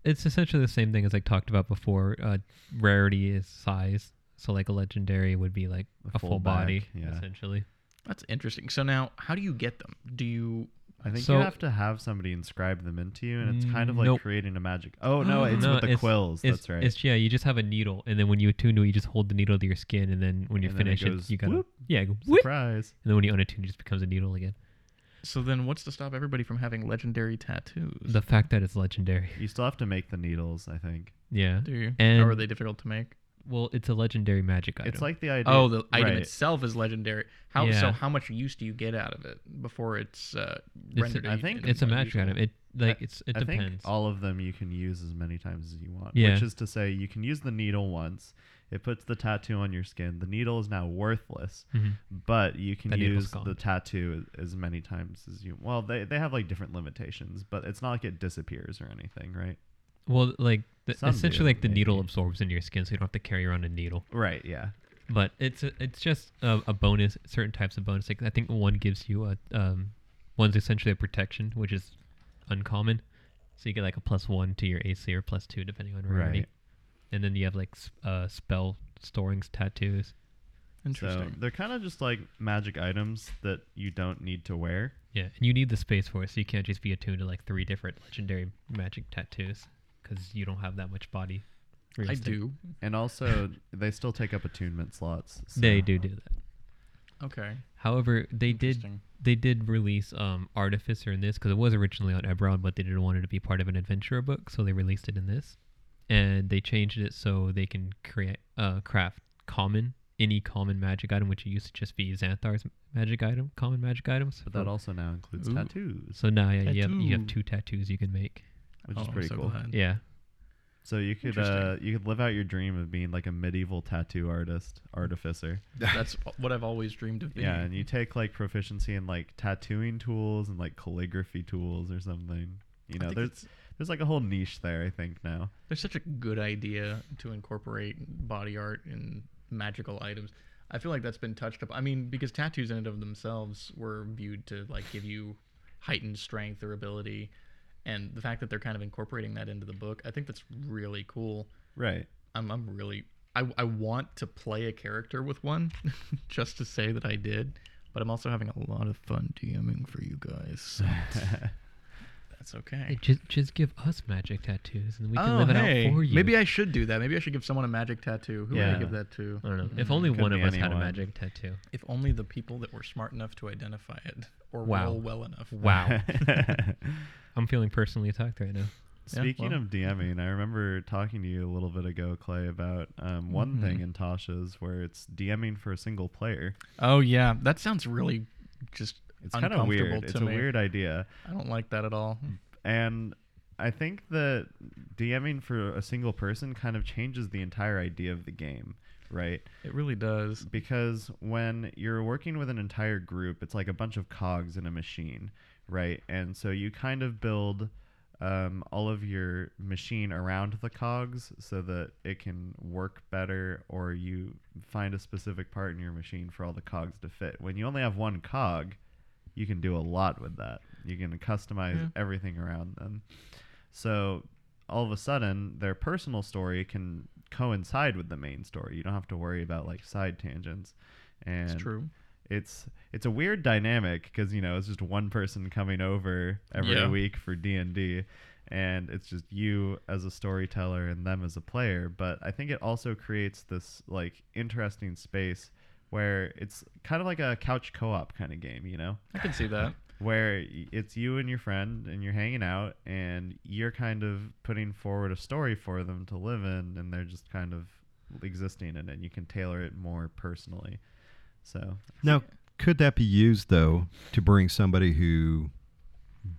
Speaker 3: it's essentially the same thing as I talked about before. Uh, rarity is size, so like a legendary would be like
Speaker 1: A
Speaker 3: a
Speaker 1: full
Speaker 3: full body,
Speaker 1: back, yeah.
Speaker 3: essentially.
Speaker 2: That's interesting. So now, how do you get them? Do you
Speaker 1: I think
Speaker 3: So- Mm,
Speaker 1: you have to have somebody inscribe them into you, and it's kind of like
Speaker 3: Nope.
Speaker 1: creating a magic. Oh no, it's
Speaker 3: No,
Speaker 1: with the
Speaker 3: it's-
Speaker 1: quills.
Speaker 3: It's,
Speaker 1: That's right.
Speaker 3: It's yeah, you just have a needle, and then when you attune to it, you just hold the needle to your skin, and then when you
Speaker 1: And then it
Speaker 3: finish
Speaker 1: goes
Speaker 3: you gotta
Speaker 1: whoop.
Speaker 3: yeah, go, whoop, and
Speaker 1: Surprise!
Speaker 3: then when you unattune, it just becomes a needle again.
Speaker 2: So then, what's to stop everybody from having legendary tattoos?
Speaker 3: The fact that it's legendary,
Speaker 1: You still have to make the needles. I think
Speaker 3: yeah.
Speaker 2: Do you?
Speaker 3: And-
Speaker 2: or are they difficult to make?
Speaker 3: Well, it's a legendary magic item.
Speaker 1: it's like the idea.
Speaker 2: Oh, the item
Speaker 1: right.
Speaker 2: itself is legendary. How so?
Speaker 3: Yeah.
Speaker 2: How much use do you get out of it before it's uh,
Speaker 3: It's a-
Speaker 2: rendered?
Speaker 1: I think
Speaker 3: it's a magic
Speaker 2: unusable?
Speaker 3: item. It like it's it
Speaker 1: I think
Speaker 3: depends.
Speaker 1: all of them you can use as many times as you want.
Speaker 3: Yeah.
Speaker 1: Which is to say, you can use the needle once. It puts the tattoo on your skin. The needle is now worthless,
Speaker 3: Mhm.
Speaker 1: but you can
Speaker 3: The needle's
Speaker 1: use
Speaker 3: gone.
Speaker 1: the tattoo as, as many times as you. Well, they they have like different limitations, but it's not like it disappears or anything, right?
Speaker 3: Well, like the,
Speaker 1: Some do,
Speaker 3: essentially, like the needle
Speaker 1: maybe.
Speaker 3: absorbs into your skin, so you don't have to carry around a needle.
Speaker 1: Right. Yeah.
Speaker 3: but it's a, it's just a, a bonus. Certain types of bonus, like I think one gives you a um, one's essentially a protection, which is uncommon, So you get like a plus one to your AC or plus two depending on rarity.
Speaker 1: Right.
Speaker 3: And then you have like s- uh, spell storing tattoos.
Speaker 1: So
Speaker 2: Interesting.
Speaker 1: they're kind of just like magic items that you don't need to wear.
Speaker 3: Yeah, and you need the space for it, so you can't just be attuned to like three different legendary magic tattoos because you don't have that much body. real
Speaker 2: I
Speaker 3: estate.
Speaker 2: do.
Speaker 1: And also, they still take up attunement slots. so-
Speaker 3: They do do that.
Speaker 2: Okay.
Speaker 3: However, they did
Speaker 2: Interesting.
Speaker 3: they did release um, Artificer in this because it was originally on Eberron, but they didn't want it to be part of an adventurer book, so they released it in this, and they changed it so they can create uh, craft common any common magic item, which it used to just be Xanthar's magic item, common magic items. Um,
Speaker 1: But that also now includes
Speaker 2: Ooh.
Speaker 1: tattoos,
Speaker 3: so now yeah, you have you have
Speaker 2: Tattoo.
Speaker 3: two tattoos you can make.
Speaker 1: which
Speaker 2: Oh,
Speaker 1: is
Speaker 2: I'm
Speaker 1: pretty
Speaker 2: so
Speaker 1: cool.
Speaker 2: glad.
Speaker 3: Yeah,
Speaker 1: So you could uh,
Speaker 2: Interesting.
Speaker 1: you could live out your dream of being like a medieval tattoo artist, artificer.
Speaker 2: That's what I've always dreamed of being.
Speaker 1: Yeah, and you take like proficiency in like tattooing tools and like calligraphy tools or something. You know,
Speaker 2: think
Speaker 1: there's there's like a whole niche there. I think now.
Speaker 2: There's such a good idea to incorporate body art and magical items. I feel like that's been touched up. I mean, because tattoos in and of themselves were viewed to like give you heightened strength or ability, and the fact that they're kind of incorporating that into the book, I think that's really cool.
Speaker 1: Right.
Speaker 2: I'm I'm really I I want to play a character with one, just to say that I did. But I'm also having a lot of fun DMing for you guys. So that's okay.
Speaker 3: Hey, just just give us magic tattoos and we
Speaker 1: Oh,
Speaker 3: can live it out for you.
Speaker 2: Oh, Maybe I should do that. Maybe I should give someone a magic tattoo. Who would I
Speaker 1: Yeah. Uh,
Speaker 2: give that to?
Speaker 3: I don't know. If only
Speaker 1: Could
Speaker 3: one of
Speaker 1: be
Speaker 3: us had a
Speaker 1: anyone.
Speaker 3: magic tattoo.
Speaker 2: If only the people that were smart enough to identify it or
Speaker 3: Wow.
Speaker 2: roll well enough.
Speaker 3: Wow, I'm feeling personally attacked right now.
Speaker 1: Speaking
Speaker 2: well.
Speaker 1: of DMing, I remember talking to you a little bit ago, Clay, about um, one
Speaker 2: Mm-hmm.
Speaker 1: thing in Tasha's where it's DMing for a single player.
Speaker 2: Oh yeah, that sounds really just
Speaker 1: It's kind of
Speaker 2: uncomfortable
Speaker 1: weird.
Speaker 2: to
Speaker 1: It's a
Speaker 2: me.
Speaker 1: weird Hmm. idea.
Speaker 2: I don't like that at all.
Speaker 1: And I think that DMing for a single person kind of changes the entire idea of the game, right?
Speaker 2: It really does.
Speaker 1: Because when you're working with an entire group, it's like a bunch of cogs in a machine, right? And so you kind of build um, all of your machine around the cogs so that it can work better, or you find a specific part in your machine for all the cogs to fit. When you only have one cog, you can do a lot with that. You can customize
Speaker 2: Yeah.
Speaker 1: everything around them. So all of a sudden, their personal story can coincide with the main story. You don't have to worry about like side tangents. And
Speaker 2: It's true.
Speaker 1: It's it's a weird dynamic because you know it's just one person coming over every
Speaker 2: Yeah.
Speaker 1: week for D and D, and it's just you as a storyteller and them as a player. But I think it also creates this like interesting space where it's kind of like a couch co-op kind of game, you know
Speaker 2: I can see that.
Speaker 1: where y- it's you and your friend and you're hanging out and you're kind of putting forward a story for them to live in and they're just kind of existing in it and you can tailor it more personally so
Speaker 4: Now, could that be used though to bring somebody who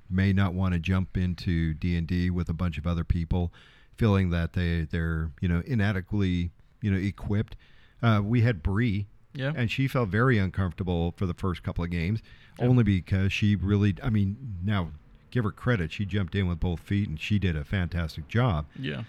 Speaker 4: may not want to jump into D and D with a bunch of other people, feeling that they they're you know inadequately you know equipped? Uh, we had Bree,
Speaker 2: Yeah.
Speaker 4: and she felt very uncomfortable for the first couple of games,
Speaker 2: Yeah.
Speaker 4: only because she really. I mean, now give her credit, she jumped in with both feet and she did a fantastic job.
Speaker 2: yeah.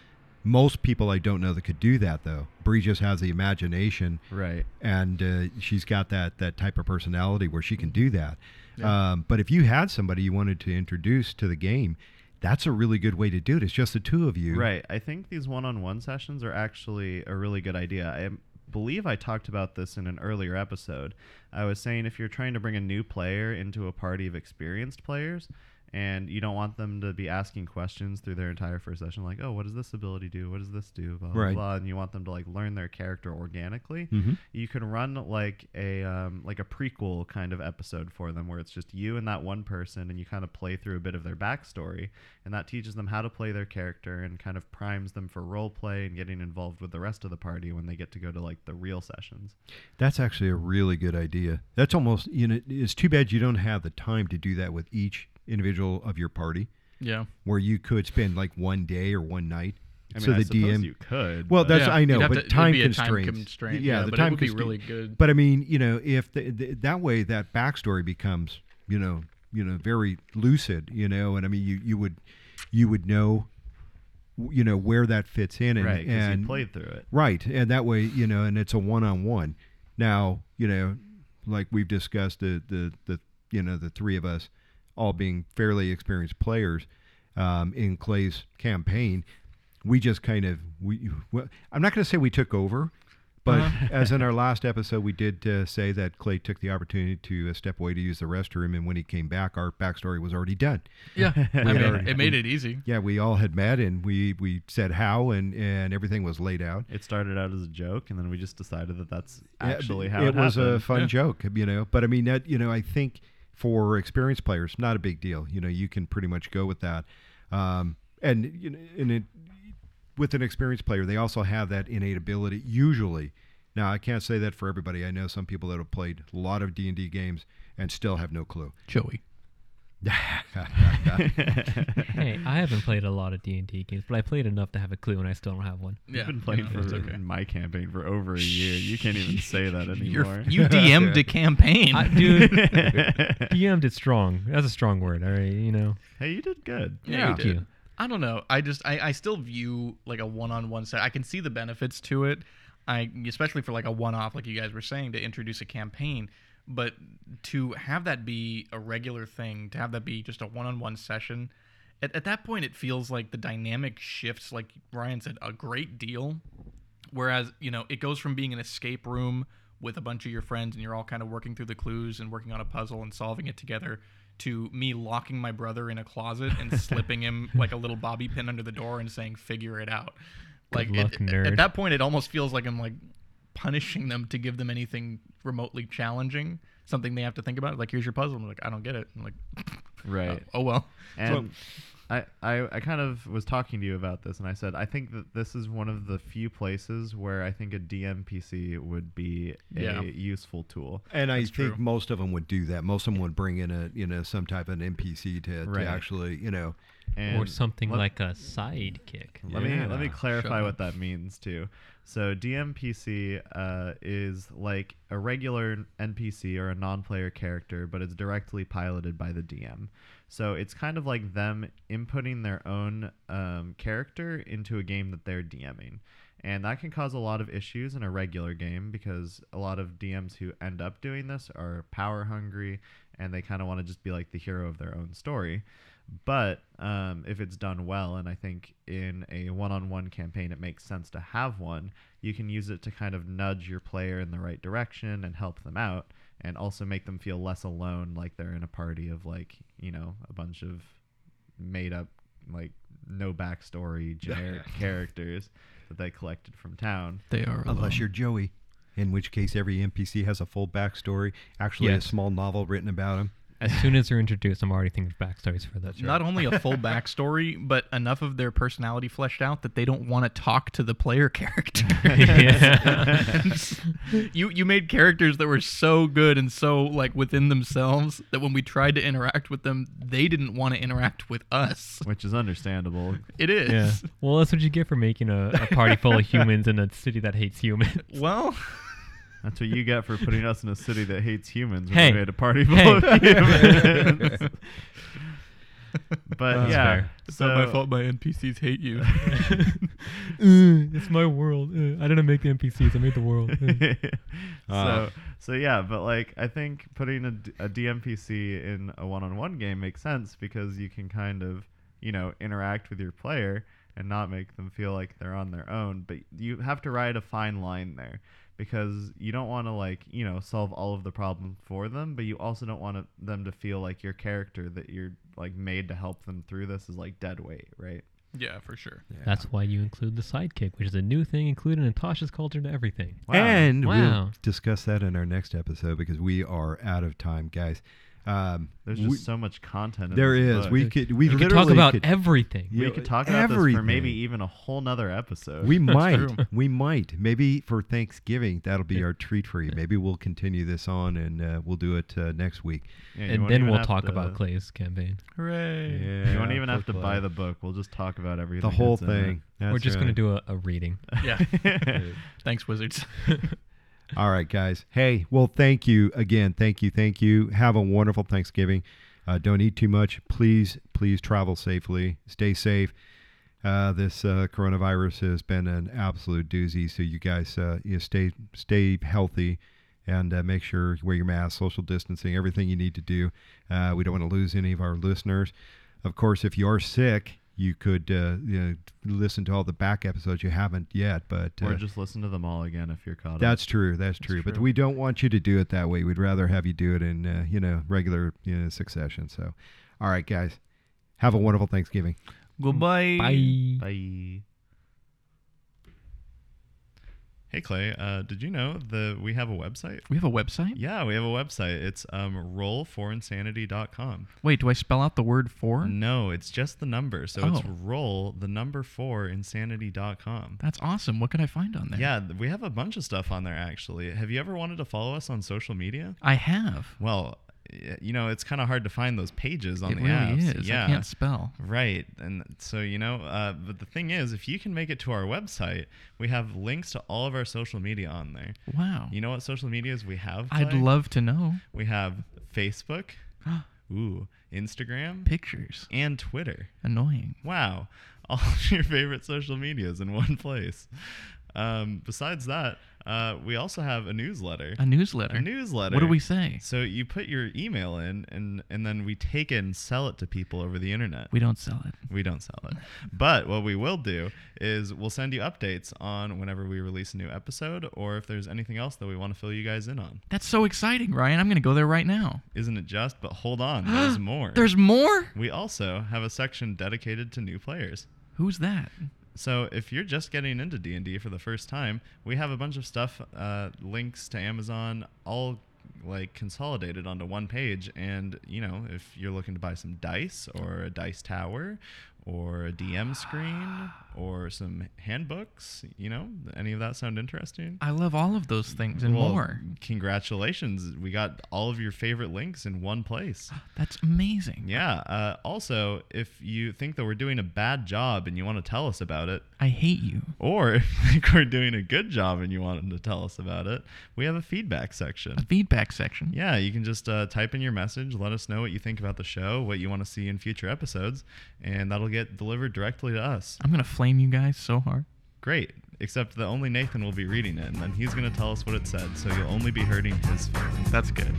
Speaker 4: Most people I don't know that could do that though. Bree just has the imagination
Speaker 1: right
Speaker 4: and uh, she's got that that type of personality where she can do that.
Speaker 2: Yeah.
Speaker 4: Um, but if you had somebody you wanted to introduce to the game, that's a really good way to do it. It's just the two of you,
Speaker 1: right i think these one-on-one sessions are actually a really good idea i am- believe i talked about this in an earlier episode i was saying if you're trying to bring a new player into a party of experienced players and you don't want them to be asking questions through their entire first session like oh what does this ability do what does this do blah blah
Speaker 4: Right.
Speaker 1: blah and you want them to like learn their character organically
Speaker 4: Mhm.
Speaker 1: you can run like a um, like a prequel kind of episode for them where it's just you and that one person and you kind of play through a bit of their backstory and that teaches them how to play their character and kind of primes them for role play and getting involved with the rest of the party when they get to go to like the real sessions
Speaker 4: That's actually a really good idea. That's almost you know. It's too bad you don't have the time to do that with each individual of your party,
Speaker 2: Yeah.
Speaker 4: where you could spend like one day or one night.
Speaker 1: i mean
Speaker 4: so
Speaker 1: I
Speaker 4: the
Speaker 1: suppose
Speaker 4: DM.
Speaker 1: you could
Speaker 4: well,
Speaker 1: but-
Speaker 4: that's
Speaker 2: Yeah,
Speaker 4: I
Speaker 2: you'd
Speaker 4: know,
Speaker 2: have
Speaker 4: but
Speaker 2: to- it'd
Speaker 4: time
Speaker 2: be a time
Speaker 4: constraints.
Speaker 2: constraint,
Speaker 4: Yeah,
Speaker 2: yeah,
Speaker 4: the
Speaker 2: but it
Speaker 4: time
Speaker 2: would be
Speaker 4: constra-
Speaker 2: really good.
Speaker 4: But I mean, you know, if the, the, that way that backstory becomes, you know, you know, very lucid, you know, and I mean, you you would you would know, you know, where that fits in, and
Speaker 1: right because
Speaker 4: and
Speaker 1: you played through it
Speaker 4: Right, and that way, you know, and it's a one-on-one. Now, you know, like we've discussed, the the the you know the three of us all being fairly experienced players. um, in Clay's campaign, we just kind of we. Well, I'm not going to say we took over, but as in our last episode, we did uh, say that Clay took the opportunity to uh, step away to use the restroom, and when he came back, our backstory was already done.
Speaker 2: Yeah, I mean,
Speaker 4: already-
Speaker 2: it made it easy.
Speaker 4: Yeah, we all had met, and we we said how, and and everything was laid out.
Speaker 1: It started out as a joke, and then we just decided that that's
Speaker 4: Yeah,
Speaker 1: actually
Speaker 4: it,
Speaker 1: how it,
Speaker 4: was a
Speaker 1: happened.
Speaker 4: fun
Speaker 2: Yeah.
Speaker 4: joke, you know. But I mean, that you know, I think for experienced players, not a big deal. You know, you can pretty much go with that. Um, and you know, and it, with an experienced player, they also have that innate ability. Usually, now I can't say that for everybody. I know some people that have played a lot of D and D games and still have no clue.
Speaker 2: Joey.
Speaker 3: hey, I haven't played a lot of D and D games, but I played enough to have a clue, and I still don't have one.
Speaker 2: Yeah,
Speaker 1: I've been playing
Speaker 2: you know, it's
Speaker 1: for
Speaker 2: okay.
Speaker 1: my campaign for over a year. You can't even say that
Speaker 2: You're,
Speaker 1: anymore.
Speaker 2: you DM'd a campaign.
Speaker 3: I, dude, DM'd it strong. That's a strong word. All right, you know.
Speaker 1: hey, you did good.
Speaker 2: Yeah,
Speaker 3: Thank
Speaker 2: you did.
Speaker 3: you.
Speaker 2: I don't know. I just I, I still view like a one-on-one set. I can see the benefits to it. I especially for like a one-off, like you guys were saying, to introduce a campaign, but to have that be a regular thing, to have that be just a one-on-one session. At, at that point, it feels like the dynamic shifts, like Ryan said, a great deal. Whereas you know it goes from being an escape room with a bunch of your friends and you're all kind of working through the clues and working on a puzzle and solving it together to me locking my brother in a closet and slipping him like a little bobby pin under the door and saying figure it out like it-
Speaker 3: luck,
Speaker 2: at- at
Speaker 3: nerd.
Speaker 2: that point it almost feels like i'm like punishing them to give them anything remotely challenging something they have to think about like here's your puzzle and I'm like i don't get it I'm like
Speaker 1: Right.
Speaker 2: oh well
Speaker 1: And I, I, I kind of was talking to you about this, and I said I think that this is one of the few places where I think a DMPC would be a
Speaker 2: Yeah.
Speaker 1: useful tool.
Speaker 4: And I think
Speaker 2: true.
Speaker 4: most of them would do that. Most of them would bring in a you know some type of an NPC to,
Speaker 1: Right.
Speaker 4: to actually you know
Speaker 1: And
Speaker 3: or something
Speaker 1: let-
Speaker 3: like a sidekick.
Speaker 1: Let me let me
Speaker 4: Yeah.
Speaker 1: clarify
Speaker 2: Shut
Speaker 1: what that means too. So DMPC uh, is like a regular NPC or a non-player character, but it's directly piloted by the DM. So it's kind of like them inputting their own um, character into a game that they're DMing. And that can cause a lot of issues in a regular game because a lot of DMs who end up doing this are power hungry and they kind of want to just be like the hero of their own story. But um, if it's done well, and I think in a one on one campaign it makes sense to have one, you can use it to kind of nudge your player in the right direction and help them out and also make them feel less alone like they're in a party of like, you know, a bunch of made up, like no backstory generic characters that they collected from town.
Speaker 2: they are
Speaker 4: Unless you're Joey, in which case every NPC has a full backstory, actually
Speaker 3: Yes.
Speaker 4: a small novel written about him.
Speaker 3: As soon as they're introduced, I'm already thinking of backstories for that.
Speaker 2: Not only a full backstory, but enough of their personality fleshed out that they don't want to talk to the player character. you you made characters that were so good and so like within themselves that when we tried to interact with them, they didn't want to interact with us.
Speaker 1: Which is understandable.
Speaker 2: It is.
Speaker 3: Yeah. Well, that's what you get for making a, a party full of humans in a city that hates humans.
Speaker 2: Well,
Speaker 1: That's what you get for putting us in a city that hates humans when
Speaker 3: Hey.
Speaker 1: we made a party full
Speaker 3: Hey.
Speaker 1: of humans. but
Speaker 3: That's
Speaker 1: yeah,
Speaker 3: fair.
Speaker 2: it's
Speaker 1: so
Speaker 2: not my fault my NPCs hate you.
Speaker 3: Uh, it's my world. Uh, I didn't make the NPCs. I made the world.
Speaker 4: Ah.
Speaker 1: so so yeah, but like I think putting a, d- a DMPC in a one-on-one game makes sense because you can kind of you know interact with your player and not make them feel like they're on their own. But you have to ride a fine line there because you don't want to like you know solve all of the problems for them, but you also don't want them to feel like your character that you're like made to help them through this is like dead weight, right?
Speaker 2: yeah, for sure.
Speaker 3: That's why you include the sidekick, which is a new thing included in Tasha's culture to everything.
Speaker 1: Wow.
Speaker 4: And
Speaker 3: Wow.
Speaker 4: we'll discuss that in our next episode because we are out of time, guys. Um,
Speaker 1: There's
Speaker 4: we-
Speaker 1: just so much content. In
Speaker 4: there
Speaker 1: this
Speaker 4: is.
Speaker 1: book.
Speaker 4: We could we
Speaker 3: You can
Speaker 4: literally
Speaker 3: talk about
Speaker 4: could,
Speaker 3: everything.
Speaker 4: Yeah.
Speaker 1: we could talk about this for maybe
Speaker 4: everything.
Speaker 1: even a whole nother episode.
Speaker 4: we might
Speaker 2: true.
Speaker 4: we might maybe for Thanksgiving that'll be our treat for you. Maybe we'll continue this on and uh, we'll do it uh, next week.
Speaker 1: Yeah, you
Speaker 3: and
Speaker 1: won't
Speaker 3: then
Speaker 1: even
Speaker 3: we'll
Speaker 1: have
Speaker 3: talk
Speaker 1: to-
Speaker 3: about Clay's campaign.
Speaker 2: Hooray.
Speaker 1: You won't even have to buy the book. We'll just talk about everything.
Speaker 4: the whole
Speaker 1: that's in it.
Speaker 4: thing.
Speaker 3: We're
Speaker 4: That's
Speaker 3: just going to
Speaker 4: right.
Speaker 3: do a, a reading.
Speaker 2: Yeah. Thanks, wizards.
Speaker 4: All right, guys. Hey, well, thank you again. Thank you. Thank you. Have a wonderful Thanksgiving. Uh, don't eat too much. Please, please travel safely. Stay safe. Uh, this uh, coronavirus has been an absolute doozy. So you guys, uh, you stay stay healthy, and uh, make sure you wear your mask, social distancing, everything you need to do. Uh, we don't want to lose any of our listeners. Of course, if you're sick, you could uh, you know, listen to all the back episodes you haven't yet. But uh,
Speaker 1: Or just listen to them all again if you're caught up.
Speaker 4: that's true. That's true. But
Speaker 1: true.
Speaker 4: we don't want you to do it that way. We'd rather have you do it in uh, you know regular you know, succession. So, all right, guys, have a wonderful Thanksgiving.
Speaker 2: Goodbye.
Speaker 3: Bye.
Speaker 1: Bye. Hey Clay, uh, did you know that we have a website?
Speaker 2: We have a website.
Speaker 1: Yeah, we have a website. It's um, rollforinsanity.com.
Speaker 2: Wait, do I spell out the word for?
Speaker 1: No, it's just the number. So it's
Speaker 2: Oh.
Speaker 1: roll the number four insanity.com.
Speaker 2: That's awesome. What can I find on there?
Speaker 1: Yeah, th- we have a bunch of stuff on there actually. Have you ever wanted to follow us on social media?
Speaker 2: I have.
Speaker 1: Well, y- you know, it's kind of hard to find those pages on
Speaker 2: it
Speaker 1: the
Speaker 2: really
Speaker 1: apps.
Speaker 2: is.
Speaker 1: Yeah.
Speaker 2: I can't spell.
Speaker 1: Right. And so, you know, uh, but the thing is, if you can make it to our website, we have links to all of our social media on there.
Speaker 2: Wow.
Speaker 1: You know what social medias we have?
Speaker 2: I'd
Speaker 1: Clay?
Speaker 2: love to know
Speaker 1: We have Facebook, ooh, Instagram,
Speaker 2: pictures.
Speaker 1: and Twitter.
Speaker 2: Annoying.
Speaker 1: Wow. All of your favorite social medias in one place. Um, besides that, uh, we also have a newsletter.
Speaker 2: A newsletter.
Speaker 1: A newsletter.
Speaker 2: What do we say?
Speaker 1: So you put your email in, and, and then we take it and sell it to people over the internet.
Speaker 2: We don't sell it.
Speaker 1: We don't sell it. But what we will do is we'll send you updates on whenever we release a new episode or if there's anything else that we want to fill you guys in on.
Speaker 2: That's so exciting, Ryan. I'm going to go there right now.
Speaker 1: Isn't it just? But hold on, there's more.
Speaker 2: There's more?
Speaker 1: we also have a section dedicated to new players.
Speaker 2: Who's that?
Speaker 1: So if you're just getting into D&D for the first time, we have a bunch of stuff uh, links to Amazon all like consolidated onto one page and you know, if you're looking to buy some dice or a dice tower or a DM screen or some handbooks, you know, any of that sound interesting?
Speaker 2: I love all of those things and
Speaker 1: Well,
Speaker 2: more.
Speaker 1: Congratulations. We got all of your favorite links in one place.
Speaker 2: That's amazing.
Speaker 1: Yeah. Uh, also, if you think that we're doing a bad job and you want to tell us about it,
Speaker 2: I hate you.
Speaker 1: or if you think we're doing a good job and you wanted to tell us about it, we have a feedback
Speaker 2: A
Speaker 1: section.
Speaker 2: feedback section.
Speaker 1: Yeah, you can just uh, type in your message, let us know what you think about the show, what you want to see in future episodes, and that'll get delivered directly to us.
Speaker 2: I'm going to flame you guys so hard.
Speaker 1: Great, except that only Nathan will be reading it, and then he's going to tell us what it said, so you'll only be hurting his feelings.
Speaker 2: That's good.